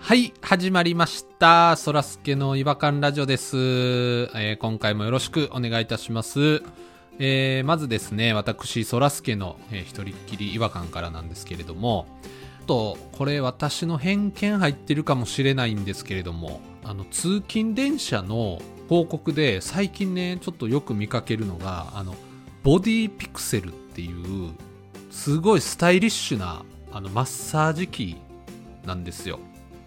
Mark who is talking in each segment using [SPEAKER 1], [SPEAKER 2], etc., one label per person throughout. [SPEAKER 1] はい、始まりました。そらすけの違和感ラジオです、えー今回もよろしくお願いいたします。えーまずですね、私、そらすけの、えー一人っきり違和感からなんですけれども、ちょっと、これ私の偏見入ってるかもしれないんですけれども、あの、通勤電車の広告で最近ね、ちょっとよく見かけるのが、あの、ボディピクセルっていう、すごいスタイリッシュな、あの、マッサージ機なんですよ。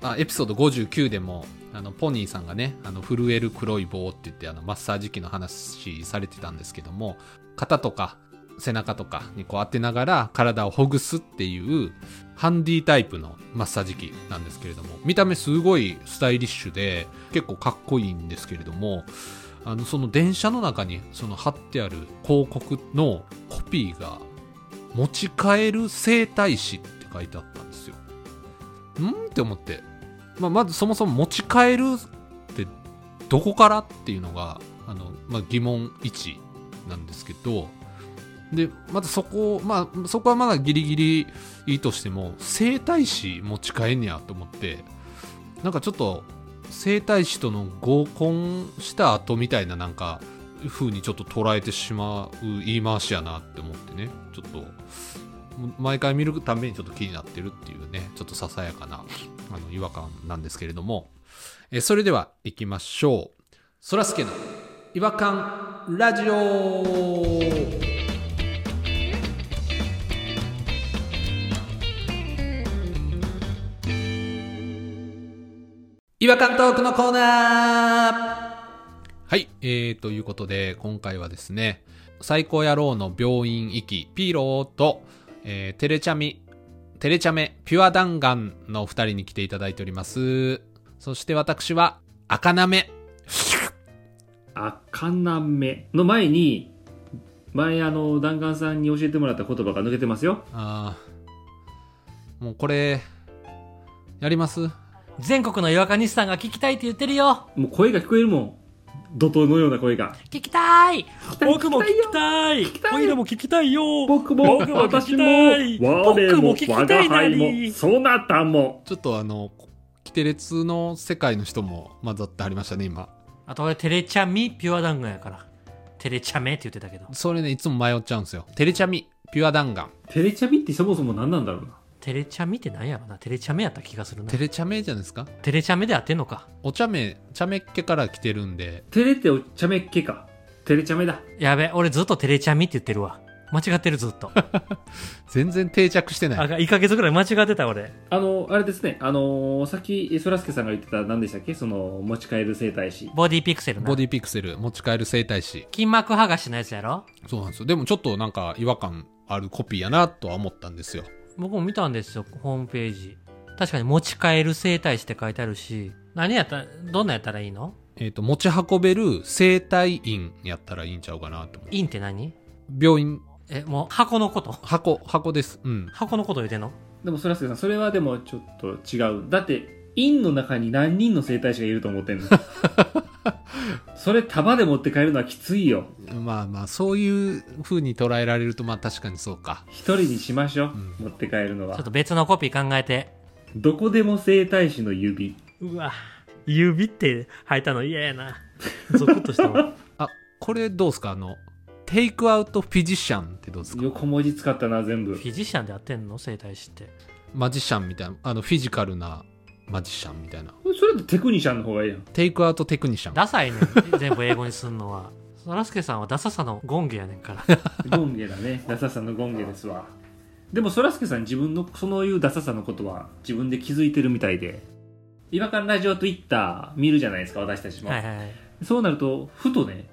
[SPEAKER 1] あエピソード59でもあのポニーさんがねあの震える黒い棒って言ってあのマッサージ機の話されてたんですけども肩とか背中とかにこう当てながら体をほぐすっていうハンディタイプのマッサージ機なんですけれども見た目すごいスタイリッシュで結構かっこいいんですけれどもあのその電車の中にその貼ってある広告のコピーが「持ち帰る整体師」って書いてあったんですよ。んって思ってまあ、まずそもそも持ち帰るってどこからっていうのがあの、まあ、疑問1なんですけどでまずそこ、まあ、そこはまだギリギリいいとしても整体師持ち帰んねやと思ってなんかちょっと整体師との合コンした後みたいななんか風にちょっと捉えてしまう言い回しやなって思ってねちょっと毎回見るためにちょっと気になってるっていうねちょっとささやかなあの違和感なんですけれども、えーそれでは行きましょうそらすけの違和感ラジオ違和感トークのコーナーはい、えー、ということで今回はですね最高野郎の病院行きピーローと、えーテレチャミテレチャメピュア弾丸のお二人に来ていただいておりますそして私は赤なめ
[SPEAKER 2] 赤なめの前に前あの弾丸さんに教えてもらった言葉が抜けてますよ
[SPEAKER 1] あーもうこれやります
[SPEAKER 3] 全国の違和感西さんが聞きたいって言ってるよ
[SPEAKER 2] もう声が聞こえるもん怒涛のような声が
[SPEAKER 3] 聞きたい
[SPEAKER 2] たい
[SPEAKER 3] 僕も聞きたい
[SPEAKER 2] 聞きたいよ
[SPEAKER 3] おいらも聞きたいよ
[SPEAKER 2] 僕も
[SPEAKER 3] 僕も聞
[SPEAKER 2] 私
[SPEAKER 3] き
[SPEAKER 2] も
[SPEAKER 3] たい
[SPEAKER 2] 我
[SPEAKER 3] 僕も
[SPEAKER 2] も
[SPEAKER 3] 聞き
[SPEAKER 2] 我
[SPEAKER 3] たい
[SPEAKER 2] が
[SPEAKER 3] な
[SPEAKER 2] 輩
[SPEAKER 3] り
[SPEAKER 2] もそなたも
[SPEAKER 1] ちょっとあのキテレツの世界の人も混ざってありましたね今
[SPEAKER 3] あと俺テレチャミピュア団子やからテレチャメって言ってたけど
[SPEAKER 1] それねいつも迷っちゃうんですよテレチャミピュア弾丸
[SPEAKER 2] テレチャビってそもそも何なんだろうな
[SPEAKER 3] テレチャミって何やろなテレチャメやった気がするな
[SPEAKER 1] テレチャメじゃないですか
[SPEAKER 3] テレチャメで当てんのか
[SPEAKER 1] お茶目茶目っ気から来てるんで
[SPEAKER 2] テレってお茶目っけかテレチャメだ
[SPEAKER 3] やべ俺ずっとテレチャミって言ってるわ間違ってるずっと
[SPEAKER 1] 全然定着してな
[SPEAKER 3] あ
[SPEAKER 1] い
[SPEAKER 3] 1ヶ月ぐらい間違ってた俺
[SPEAKER 2] あのあれですねあのさっきそらすけさんが言ってた何でしたっけその持ち帰る整体師
[SPEAKER 3] ボディピクセルな
[SPEAKER 1] ボディピクセル持ち帰る整体師
[SPEAKER 3] 筋膜剥がしのやつやろ
[SPEAKER 1] そうなんですよでもちょっとなんか違和感あるコピーやなとは思ったんですよ
[SPEAKER 3] 僕も見たんですよホームページ確かに持ち帰る整体師って書いてあるし何やったらどんなんやったらいいの
[SPEAKER 1] えっ、と持ち運べる整体院やったらいいんちゃうかなと思う
[SPEAKER 3] 院って何
[SPEAKER 1] 病院
[SPEAKER 3] えもう箱の こと
[SPEAKER 1] 箱箱ですうん
[SPEAKER 3] 箱のこと言うてんの
[SPEAKER 2] でもそらすけさんそれはでもちょっと違うだって院の中に何人の整体師がいると思ってん のそれ束で持って帰るのはきついよ
[SPEAKER 1] まあまあそういう風に捉えられるとまあ確かにそうか
[SPEAKER 2] 一人にしましょう、持って帰るの
[SPEAKER 3] ちょっ
[SPEAKER 2] は
[SPEAKER 3] と別のコピー考えて
[SPEAKER 2] どこでも整体師の指
[SPEAKER 3] うわ指って履いたの嫌やなゾクッとしたわ
[SPEAKER 1] あこれどうですかあのテイクアウトフィジシャンってどうですか
[SPEAKER 2] 横文字使ったな全部
[SPEAKER 3] フィジシャンでやってんの整体師って
[SPEAKER 1] マジシャンみたいなあのフィジカルなマジシャンみたいな
[SPEAKER 2] それってテクニシャンの方がいいやん
[SPEAKER 1] テイクアウトテクニシャン
[SPEAKER 3] ダサいねん全部英語にすんのはそらすけさんはダサさのゴンゲやねんから
[SPEAKER 2] ゴンゲだ ねダサさのゴンゲですわでもそらすけさん自分のそのいうダサさのことは自分で気づいてるみたいで違和感ラジオ Twitter 見るじゃないですか私たちも、
[SPEAKER 3] はいはいはい
[SPEAKER 2] そうなるとふとね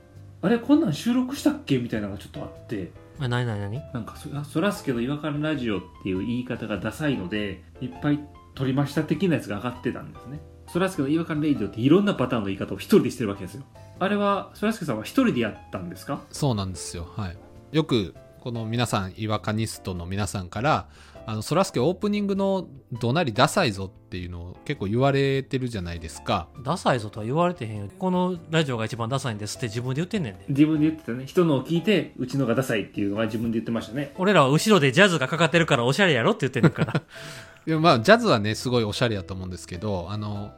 [SPEAKER 2] あれこんなん収録したっけみたいなのがちょっとあって
[SPEAKER 3] え何何何
[SPEAKER 2] なんかそあそらすけど違和感ラジオっていう言い方がダサいのでいっぱい撮りました的なやつが上がってたんですねそらすけの違和感ラジオっていろんなパターンの言い方を一人でしてるわけですよあれはそらすけさんは一人でやったんですか
[SPEAKER 1] そうなんですよはいよくこの皆さん違和感ニストの皆さんからあのそらすけオープニングの怒鳴りダサいぞっていうのを結構言われてるじゃないですか
[SPEAKER 3] ダサいぞとは言われてへんよこのラジオが一番ダサいんですって自分で言ってんねんで
[SPEAKER 2] 自分で言ってたね人のを聞いてうちのがダサいっていうのは自分で言ってましたね
[SPEAKER 3] 俺らは後ろでジャズがかかってるからおしゃれやろって言ってんねんから
[SPEAKER 1] でもまあジャズはねすごいおしゃれやと思うんですけどあの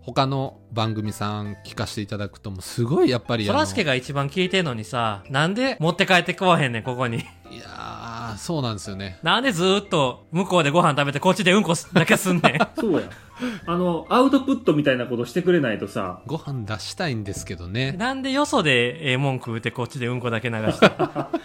[SPEAKER 1] 他の番組さん聞かせていただくともうすごいやっぱり
[SPEAKER 3] そ
[SPEAKER 1] あの
[SPEAKER 3] らすけが一番聞いてんのにさ、なんで持って帰ってこわへんねん、ここに。
[SPEAKER 1] いやーそうなんですよね
[SPEAKER 3] なんでずーっと向こうでご飯食べてこっちでうんこだけすんねん。
[SPEAKER 2] そうや。あの、アウトプットみたいなことしてくれないとさ、
[SPEAKER 1] ご飯出したいんですけど ね
[SPEAKER 3] なんでよそでええもん食うてこっちでうんこだけ流して。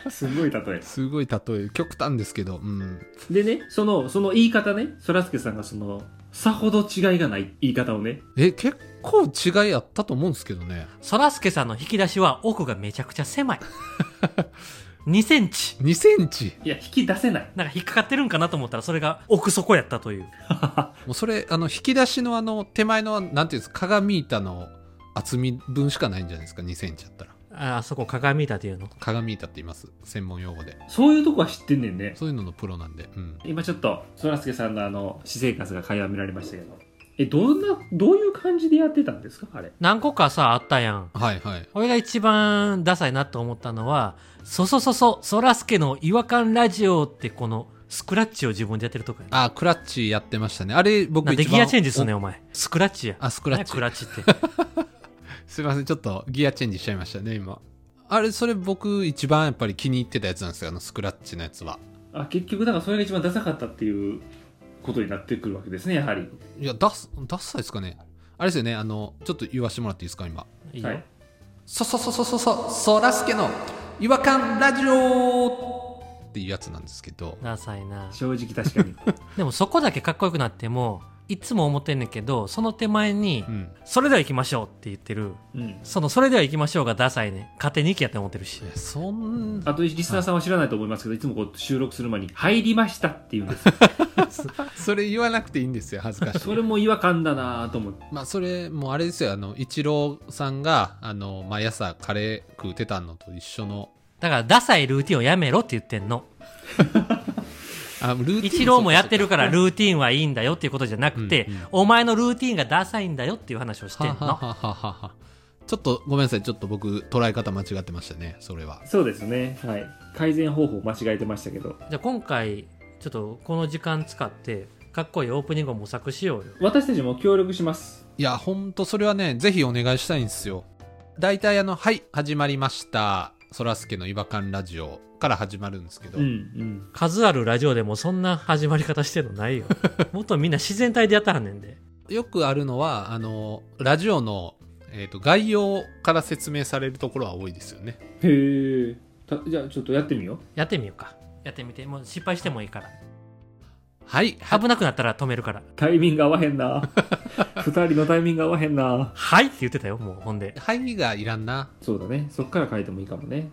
[SPEAKER 2] すごい例え。
[SPEAKER 1] すごい例え極端ですけどうん
[SPEAKER 2] でね、その、その言い方ね、そらすけさんがその、さほど違いがない言い方をね、
[SPEAKER 1] え結構違いあったと思うんですけどね
[SPEAKER 3] そらすけさんの引き出しは奥がめちゃくち ゃ狭い。2センチ。
[SPEAKER 1] 2センチ
[SPEAKER 2] いや、引き出せない。
[SPEAKER 3] なんか引っかかってるんかなと思ったらそれが奥底やったという。
[SPEAKER 1] もうそれあの引き出しのあの手前のなんていうんですか鏡板の厚み分しかないんじゃないですか2センチあったら
[SPEAKER 3] ああそこ鏡板っていうの。
[SPEAKER 1] 鏡板って言います専門用語で
[SPEAKER 2] そういうとこは知ってんねんね。
[SPEAKER 1] そういうののプロなんでうん
[SPEAKER 2] 今ちょっと、そらすけさんのあの、私生活が垣間見られましたけど、え、どんな、どういう感じでやってたんですかあれ。
[SPEAKER 3] 何個かさ、あったやん。
[SPEAKER 1] はいはい
[SPEAKER 3] 俺が一番ダサいなと思ったのは、そそそそ、そらすけの違和感ラジオってこのスクラッチを自分でやってるとこやな。
[SPEAKER 1] あクラッチやってましたねあれ僕
[SPEAKER 3] なん
[SPEAKER 1] 一
[SPEAKER 3] で
[SPEAKER 1] 番
[SPEAKER 3] ギアチェンジすんねんお前。スクラッチや。
[SPEAKER 1] あスクラッ
[SPEAKER 3] 何や
[SPEAKER 1] チ
[SPEAKER 3] クラッチって。
[SPEAKER 1] すいませんちょっとギアチェンジしちゃいましたね今あれそれ僕一番やっぱり気に入ってたやつなんですよあのスクラッチのやつは
[SPEAKER 2] あ、結局、だからそれが一番ダサかったっていうことになってくるわけですね、やはり。
[SPEAKER 1] いやダッダッサいですかねあれですよねあのちょっと言わせてもらっていいですか今
[SPEAKER 3] いいよ。
[SPEAKER 2] はい。
[SPEAKER 1] そそそそそそそらすけの違和感ラジオっていうやつなんですけど
[SPEAKER 3] ダサいな。
[SPEAKER 2] 正直確かに。
[SPEAKER 3] でもそこだけかっこよくなっても、いつも思ってんねんけど、その手前に
[SPEAKER 1] う、ん
[SPEAKER 3] それでは行きましょうって言ってる。
[SPEAKER 2] うん。
[SPEAKER 3] その、それでは行きましょうがダサいね。勝手に行きやって思ってるし
[SPEAKER 1] い。やそんな
[SPEAKER 2] あと、リスナーさんは知らないと思いますけど、いつもこう収録する前に、入りましたって言うんですよ。
[SPEAKER 1] それ言わなくていいんですよ恥ずかしい
[SPEAKER 2] それも違和感だなぁと思って。
[SPEAKER 1] まあそれもうあれですよあのイチローさんがあの毎朝カレー食うてたのと一緒の
[SPEAKER 3] だから、ダサいルーティンをやめろって言ってんの。
[SPEAKER 1] あルーティン
[SPEAKER 3] イチローもやってるからルーティンはいいんだよっていうことじゃなくて、
[SPEAKER 1] うんうん
[SPEAKER 3] お前のルーティンがダサいんだよっていう話をしてん
[SPEAKER 1] は
[SPEAKER 3] の。
[SPEAKER 1] はははははちょっとごめんなさいちょっと僕捉え方間違ってましたねそれは
[SPEAKER 2] そうですね。はい。改善方法間違えてましたけど。
[SPEAKER 3] じゃあ今回、ちょっとこの時間使って、かっこいいオープニングを模索しようよ。
[SPEAKER 2] 私たちも協力します。
[SPEAKER 1] いやほんとそれはねぜひお願いしたいんですよ大体あの「はい始まりましたそらすけの違和感ラジオ」から始まるんですけど、
[SPEAKER 2] うん。
[SPEAKER 3] 数あるラジオでもそんな始まり方してるの ないよ。もっとみんな自然体でやったはんねんで。
[SPEAKER 1] よくあるのはあのラジオの、えー、と概要から説明されるところは多いですよね
[SPEAKER 2] へえ。たじゃあちょっとやってみよ
[SPEAKER 3] やってみようか。やってみて。もう失敗してもいいから。
[SPEAKER 1] はいは
[SPEAKER 3] 危なくなったら止めるから。
[SPEAKER 2] う。タイミング合わへんな 二人のタイミング合わへんな
[SPEAKER 3] はいって言ってたよ、もう。ほんで。
[SPEAKER 1] はいがいらんな
[SPEAKER 2] そうだね。そっから変えてもいいかもね。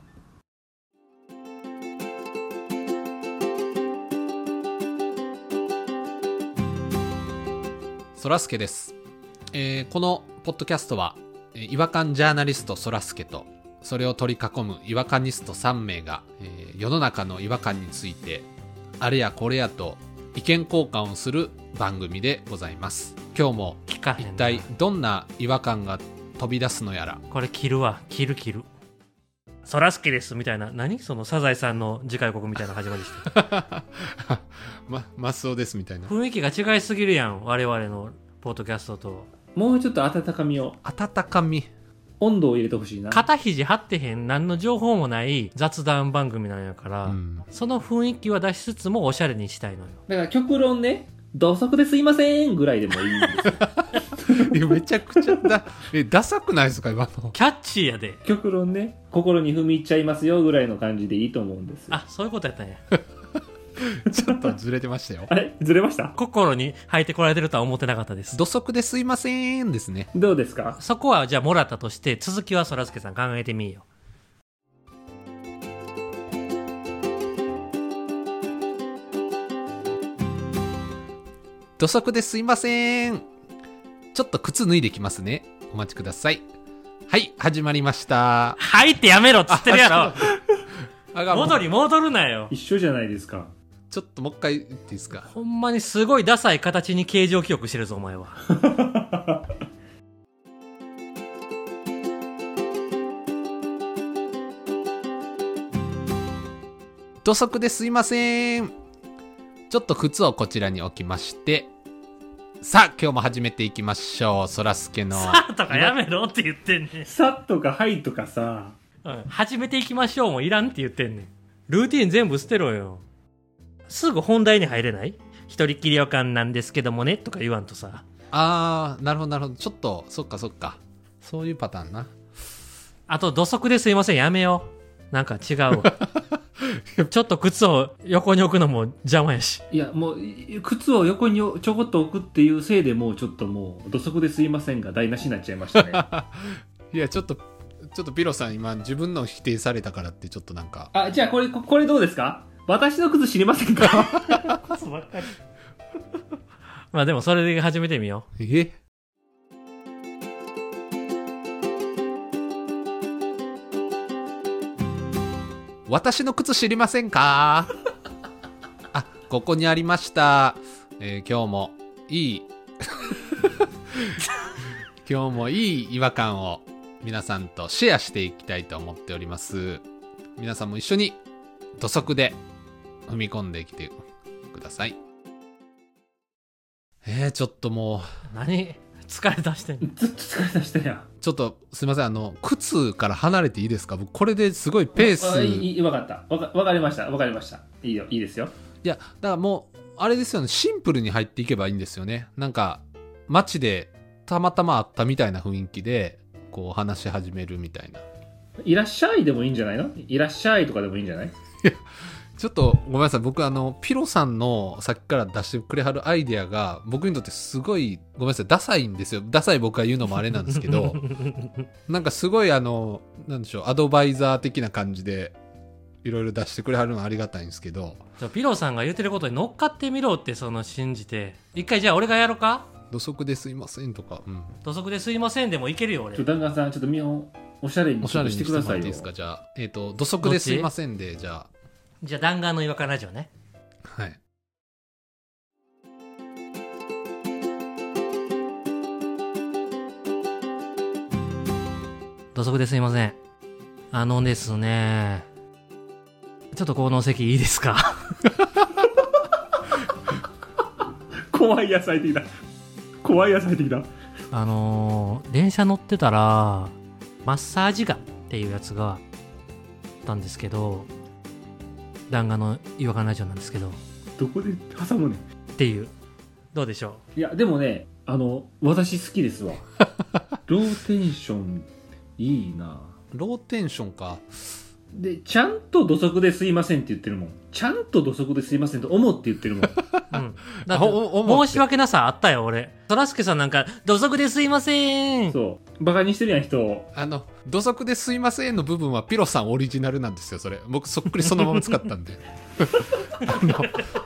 [SPEAKER 1] そらすけです、えーこのポッドキャストは、えー違和感ジャーナリストそらすけとそれを取り囲む違和感ニスト3名が、えー世の中の違和感についてあれやこれやと意見交換をする番組でございます今日も
[SPEAKER 3] 聞かへん
[SPEAKER 1] 一
[SPEAKER 3] な。
[SPEAKER 1] 体どんな違和感が飛び出すのやら
[SPEAKER 3] これ切るわ切る切るそらすけですみたいな何そのサザエさんの次回予告みたいな始まり して
[SPEAKER 1] まマスオですみたいな
[SPEAKER 3] 雰囲気が違いすぎるやん我々のポッドキャストと
[SPEAKER 2] もうちょっと温かみを、
[SPEAKER 1] 温かみ
[SPEAKER 2] 温度を入れてほしいな。
[SPEAKER 3] 肩肘張ってへん何の情報もない雑談番組なんやから、
[SPEAKER 1] うん
[SPEAKER 3] その雰囲気は出しつつもおしゃれにしたいのよ
[SPEAKER 2] だから極論ね、土足ですいませんぐらいでもいいんです よ。
[SPEAKER 1] いやめちゃくちゃだえダサくないですか今の
[SPEAKER 3] キャッチーやで
[SPEAKER 2] 極論ね、心に踏み入っちゃいますよぐらいの感じでいいと思うんですよ。
[SPEAKER 3] あそういうことやったんや
[SPEAKER 1] ちょっとずれてましたよ
[SPEAKER 2] あれずれました
[SPEAKER 3] 心に入ってこられてるとは思ってなかったです
[SPEAKER 1] 土足ですいませんですね
[SPEAKER 2] どうですか
[SPEAKER 3] そこはじゃあもらったとして続きはそらすけさん考えてみよ
[SPEAKER 1] 土足ですいません。ちょっと靴脱いできますね。お待ちください。はい、始まりました
[SPEAKER 3] う。はいってやめろっつってるや
[SPEAKER 1] あ
[SPEAKER 3] ろ
[SPEAKER 1] が
[SPEAKER 3] 戻り戻るなよ
[SPEAKER 2] 一緒じゃないですか。
[SPEAKER 1] ちょっともう一回言っていいですか。
[SPEAKER 3] ほんまにすごいダサい形に形状記憶してるぞ、お前は。
[SPEAKER 1] 土足ですいません。ちょっと靴をこちらに置きまして、さあ、今日も始めていきましょう。そらすけの。
[SPEAKER 3] さあとかやめろって言ってんねん。
[SPEAKER 2] さっとかはいとかさ、
[SPEAKER 3] うん始めていきましょうもいらんって言ってんねん。ルーティン全部捨てろよ。すぐ本題に入れない一人っきり予感なんですけどもねとか言わんとさ。
[SPEAKER 1] あー、なるほど、なるほど。ちょっと、そっかそっか。そういうパターンな。
[SPEAKER 3] あと土足ですいません、やめよう。なんか違うわ。ちょっと靴を横に置くのも邪魔やし。
[SPEAKER 2] いや、もう、い靴を横にちょこっと置くっていうせいでもうちょっともう、土足ですいませんが台無しになっちゃいましたね。
[SPEAKER 1] いや、ちょっと、ちょっとピロさん今自分の否定されたからってちょっとなんか、
[SPEAKER 2] あ、じゃあこれ、ここれどうですか私の靴知りませんか
[SPEAKER 3] まあでもそれで始めてみよう。
[SPEAKER 1] え私の靴知りませんかあ、ここにありました。えー今日もい い、今日もいい違和感を皆さんとシェアしていきたいと思っております。皆さんも一緒に土足で踏み込んできてください。えー、ちょっともう、
[SPEAKER 3] 何疲れ出してんの
[SPEAKER 2] ずっと疲れ出したやん。
[SPEAKER 1] ちょっとすいません、あの、靴から離れていいですか僕、これですごいペー
[SPEAKER 2] あ
[SPEAKER 1] ス。
[SPEAKER 2] いい
[SPEAKER 1] い
[SPEAKER 2] いいわかった。わかわかりました。わかりました。いいよ、いいですよ。
[SPEAKER 1] や、だからもう、あれですよね、シンプルに入っていけばいいんですよね。なんか、街でたまたま会ったみたいな雰囲気で、こう話し始めるみたいな。
[SPEAKER 2] いらっしゃいでもいいんじゃないのいらっしゃいとかでもいいんじゃない
[SPEAKER 1] ちょっとごめんなさい、僕、あの、ピロさんのさっきから出してくれはるアイデアが、僕にとってすごい、ごめんなさい、ダサいんですよ。ダサい僕が言うのもあれなんですけ ど、なんかすごいあの、なんでしょう、アドバイザー的な感じで、いろいろ出してくれはるのはありがたいんですけど、
[SPEAKER 3] じゃあピローさんが言ってることに乗っかってみろってその信じて。一回じゃあ俺がやろうか
[SPEAKER 1] 土足ですいませんとか、うん、
[SPEAKER 3] 土足ですいませんでもいけるよ俺
[SPEAKER 2] ちょ、。弾丸さん、ちょっと見本、おしゃれに
[SPEAKER 1] お
[SPEAKER 2] ち
[SPEAKER 1] し
[SPEAKER 2] ょ
[SPEAKER 1] ゃ
[SPEAKER 2] っ
[SPEAKER 1] れ
[SPEAKER 2] と
[SPEAKER 1] にしてて
[SPEAKER 2] しく
[SPEAKER 1] もら
[SPEAKER 2] だ
[SPEAKER 1] っ
[SPEAKER 2] さ
[SPEAKER 1] て
[SPEAKER 2] い
[SPEAKER 1] い
[SPEAKER 2] よ。
[SPEAKER 1] いですかじゃあ、えっと土足ですいませんでじゃ
[SPEAKER 3] じゃあ弾丸の違和感ラジオね。
[SPEAKER 1] あはい
[SPEAKER 3] 土足ですいません。あのですね、ちょっとこの席いいですか
[SPEAKER 2] 怖い野菜的だ。怖い野菜的だ。
[SPEAKER 3] あのー、電車乗ってたら、マッサージガンっていうやつがあったんですけど、弾丸の違和感ラジオなんですけど、っ
[SPEAKER 2] どこで挟むねん
[SPEAKER 3] ていう。どうでしょ
[SPEAKER 2] いや、でもね、あの、私好き ですわ。ローテンション、いいな
[SPEAKER 1] ローテンションか
[SPEAKER 2] で、ちゃんと土足ですいませんって言ってるもん。ちゃんと土足ですいませんと思って言ってるもん。
[SPEAKER 3] う うん。だっ
[SPEAKER 1] あ
[SPEAKER 3] て
[SPEAKER 1] お思って
[SPEAKER 3] 申し訳なさあったよ、俺。そらすけさんなんか、土足ですいません。
[SPEAKER 2] そう。バカにしてるやん、人を。
[SPEAKER 1] あの土足ですいませんの部分はピロさんオリジナルなんですよそれ僕そっくりそのまま使ったんで あの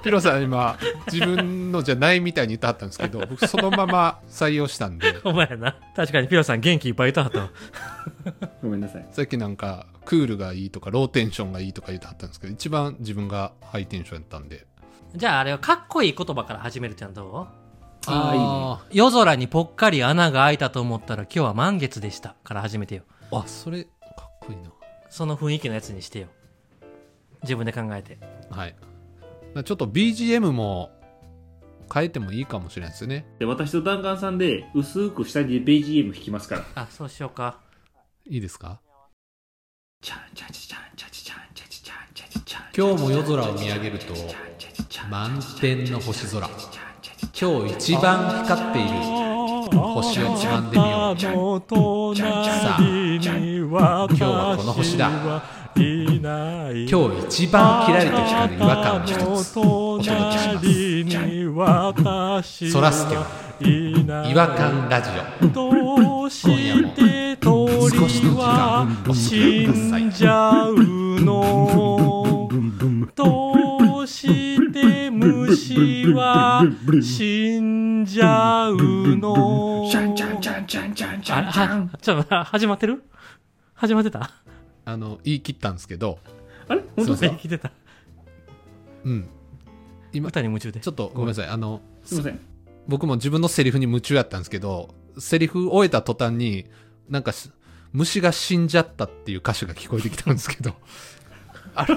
[SPEAKER 1] ピロさん今自分のじゃないみたいに言ってはったんですけど僕そのまま採用したんで
[SPEAKER 3] お前やな。確かにピロさん元気いっぱいいた はったわ。
[SPEAKER 2] ごめんなさい。
[SPEAKER 1] さっきなんかクールがいいとかローテンションがいいとか言ってはったんですけど一番自分がハイテンションやったんで
[SPEAKER 3] じゃああれはかっこいい言葉から始めるってのはどう
[SPEAKER 2] あーいいね
[SPEAKER 3] 夜空にぽっかり穴が開いたと思ったら今日は満月でしたから始めてよ
[SPEAKER 1] あーあそれかっこいいな
[SPEAKER 3] その雰囲気のやつにしてよ自分で考えて
[SPEAKER 1] はい。ちょっと BGM も変えてもいいかもしれないですね。
[SPEAKER 2] で私と弾丸さんで薄く下に BGM 弾きますから。
[SPEAKER 3] あそうしようか
[SPEAKER 1] いいですか
[SPEAKER 2] チャンチャンチャンチャンチャンチャンチャンチャンチャンチャンチャン
[SPEAKER 1] 今日も夜空を見上げると、満天の星空。今日一番光っている。星をつまんでみよう。さあ、今日はこの星だ。今日一番切られて光る違和感の一つ、お届けします。そらすけの違和感ラジオ。
[SPEAKER 4] どうして
[SPEAKER 1] 少しの時
[SPEAKER 4] 鳥は
[SPEAKER 1] 間、お付き
[SPEAKER 4] 死
[SPEAKER 1] 合いください
[SPEAKER 4] ん。じゃうのどうして虫は死んじゃうの
[SPEAKER 3] あれはちょっと待って始まってる始まってた
[SPEAKER 1] あの、言い切ったんですけど、
[SPEAKER 2] あれ本当です
[SPEAKER 1] い
[SPEAKER 2] か
[SPEAKER 3] 聞いてた
[SPEAKER 1] うん。今
[SPEAKER 3] 歌に夢中で
[SPEAKER 1] ちょっとごめんなさい。あの、
[SPEAKER 2] すいません。
[SPEAKER 1] 僕も自分のセリフに夢中やったんですけど、セリフ終えた途端に、なんかし、虫が死んじゃった っていう歌詞が聞こえてきたんですけど、あれ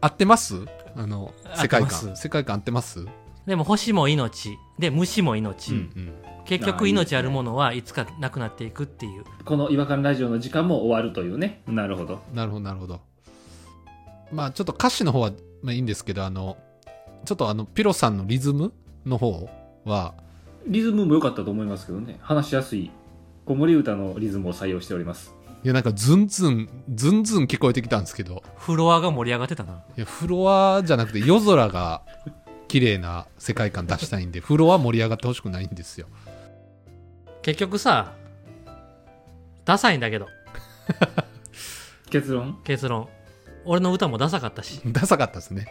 [SPEAKER 1] 合ってますあの
[SPEAKER 3] 合ってます
[SPEAKER 1] 世界観世界観合ってます
[SPEAKER 3] でも星も命で虫も命、
[SPEAKER 1] うん
[SPEAKER 3] 結
[SPEAKER 2] あー
[SPEAKER 3] 局
[SPEAKER 2] いいです
[SPEAKER 3] 命
[SPEAKER 2] ね
[SPEAKER 3] あるものはいつかなくなっていくっていう
[SPEAKER 2] この違和感ラジオの時間も終わるというね。なるほど。
[SPEAKER 1] うんなるほどなるほどまあちょっと歌詞の方は、まあ、いいんですけどあのちょっとあのピロさんのリズムの方は
[SPEAKER 2] リズムも良かったと思いますけどね。話しやすい。子守歌のリズムを採用しております。
[SPEAKER 1] いやなんかズンズンズンズン聞こえてきたんですけど
[SPEAKER 3] フロアが盛り上がってたない
[SPEAKER 1] やフロアじゃなくて夜空が綺麗な世界観出したいんでフロア盛り上がってほしくないんですよ
[SPEAKER 3] 結局さダサいんだけど
[SPEAKER 2] 結論
[SPEAKER 3] 結論俺の歌もダサかったし
[SPEAKER 1] ダサかったですね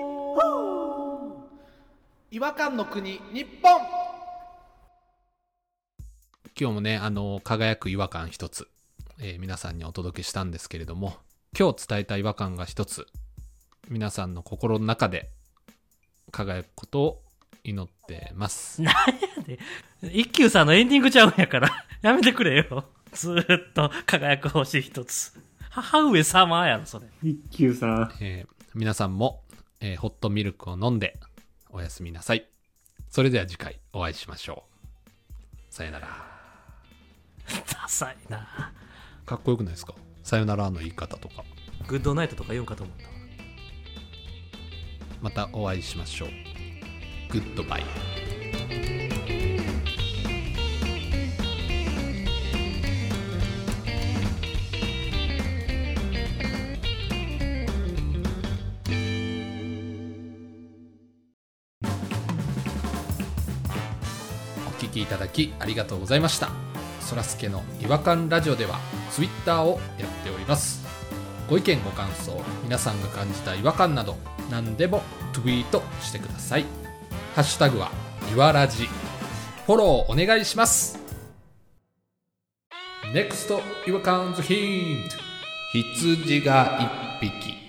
[SPEAKER 5] Hunky,
[SPEAKER 6] 違和感の国日本
[SPEAKER 1] 今日もねあの輝く違和感一つ、えー皆さんにお届けしたんですけれども今日伝えた違和感が一つ皆さんの心の中で輝くことを祈ってます
[SPEAKER 3] 一休さんのエンディングちゃうんやから やめてくれよずーっと輝く星一つ母上様やろそれ
[SPEAKER 2] 一休さん。
[SPEAKER 1] えー皆さんも、えーホットミルクを飲んでおやすみなさい。それでは次回お会いしましょう。さよなら。
[SPEAKER 3] ダサいな
[SPEAKER 1] かっこよくないですかさよならの言い方とか。
[SPEAKER 3] グッドナイトとか言うんかと思った
[SPEAKER 1] またお会いしましょう。グッドバイ。お聞きいただきありがとうございました。そらすけの違和感ラジオではツイッターをやっております。ご意見ご感想皆さんが感じた違和感など何でもツイートしてくださいハッシュタグはいわらじフォローお願いします NEXT 違和感ズヒント羊が1匹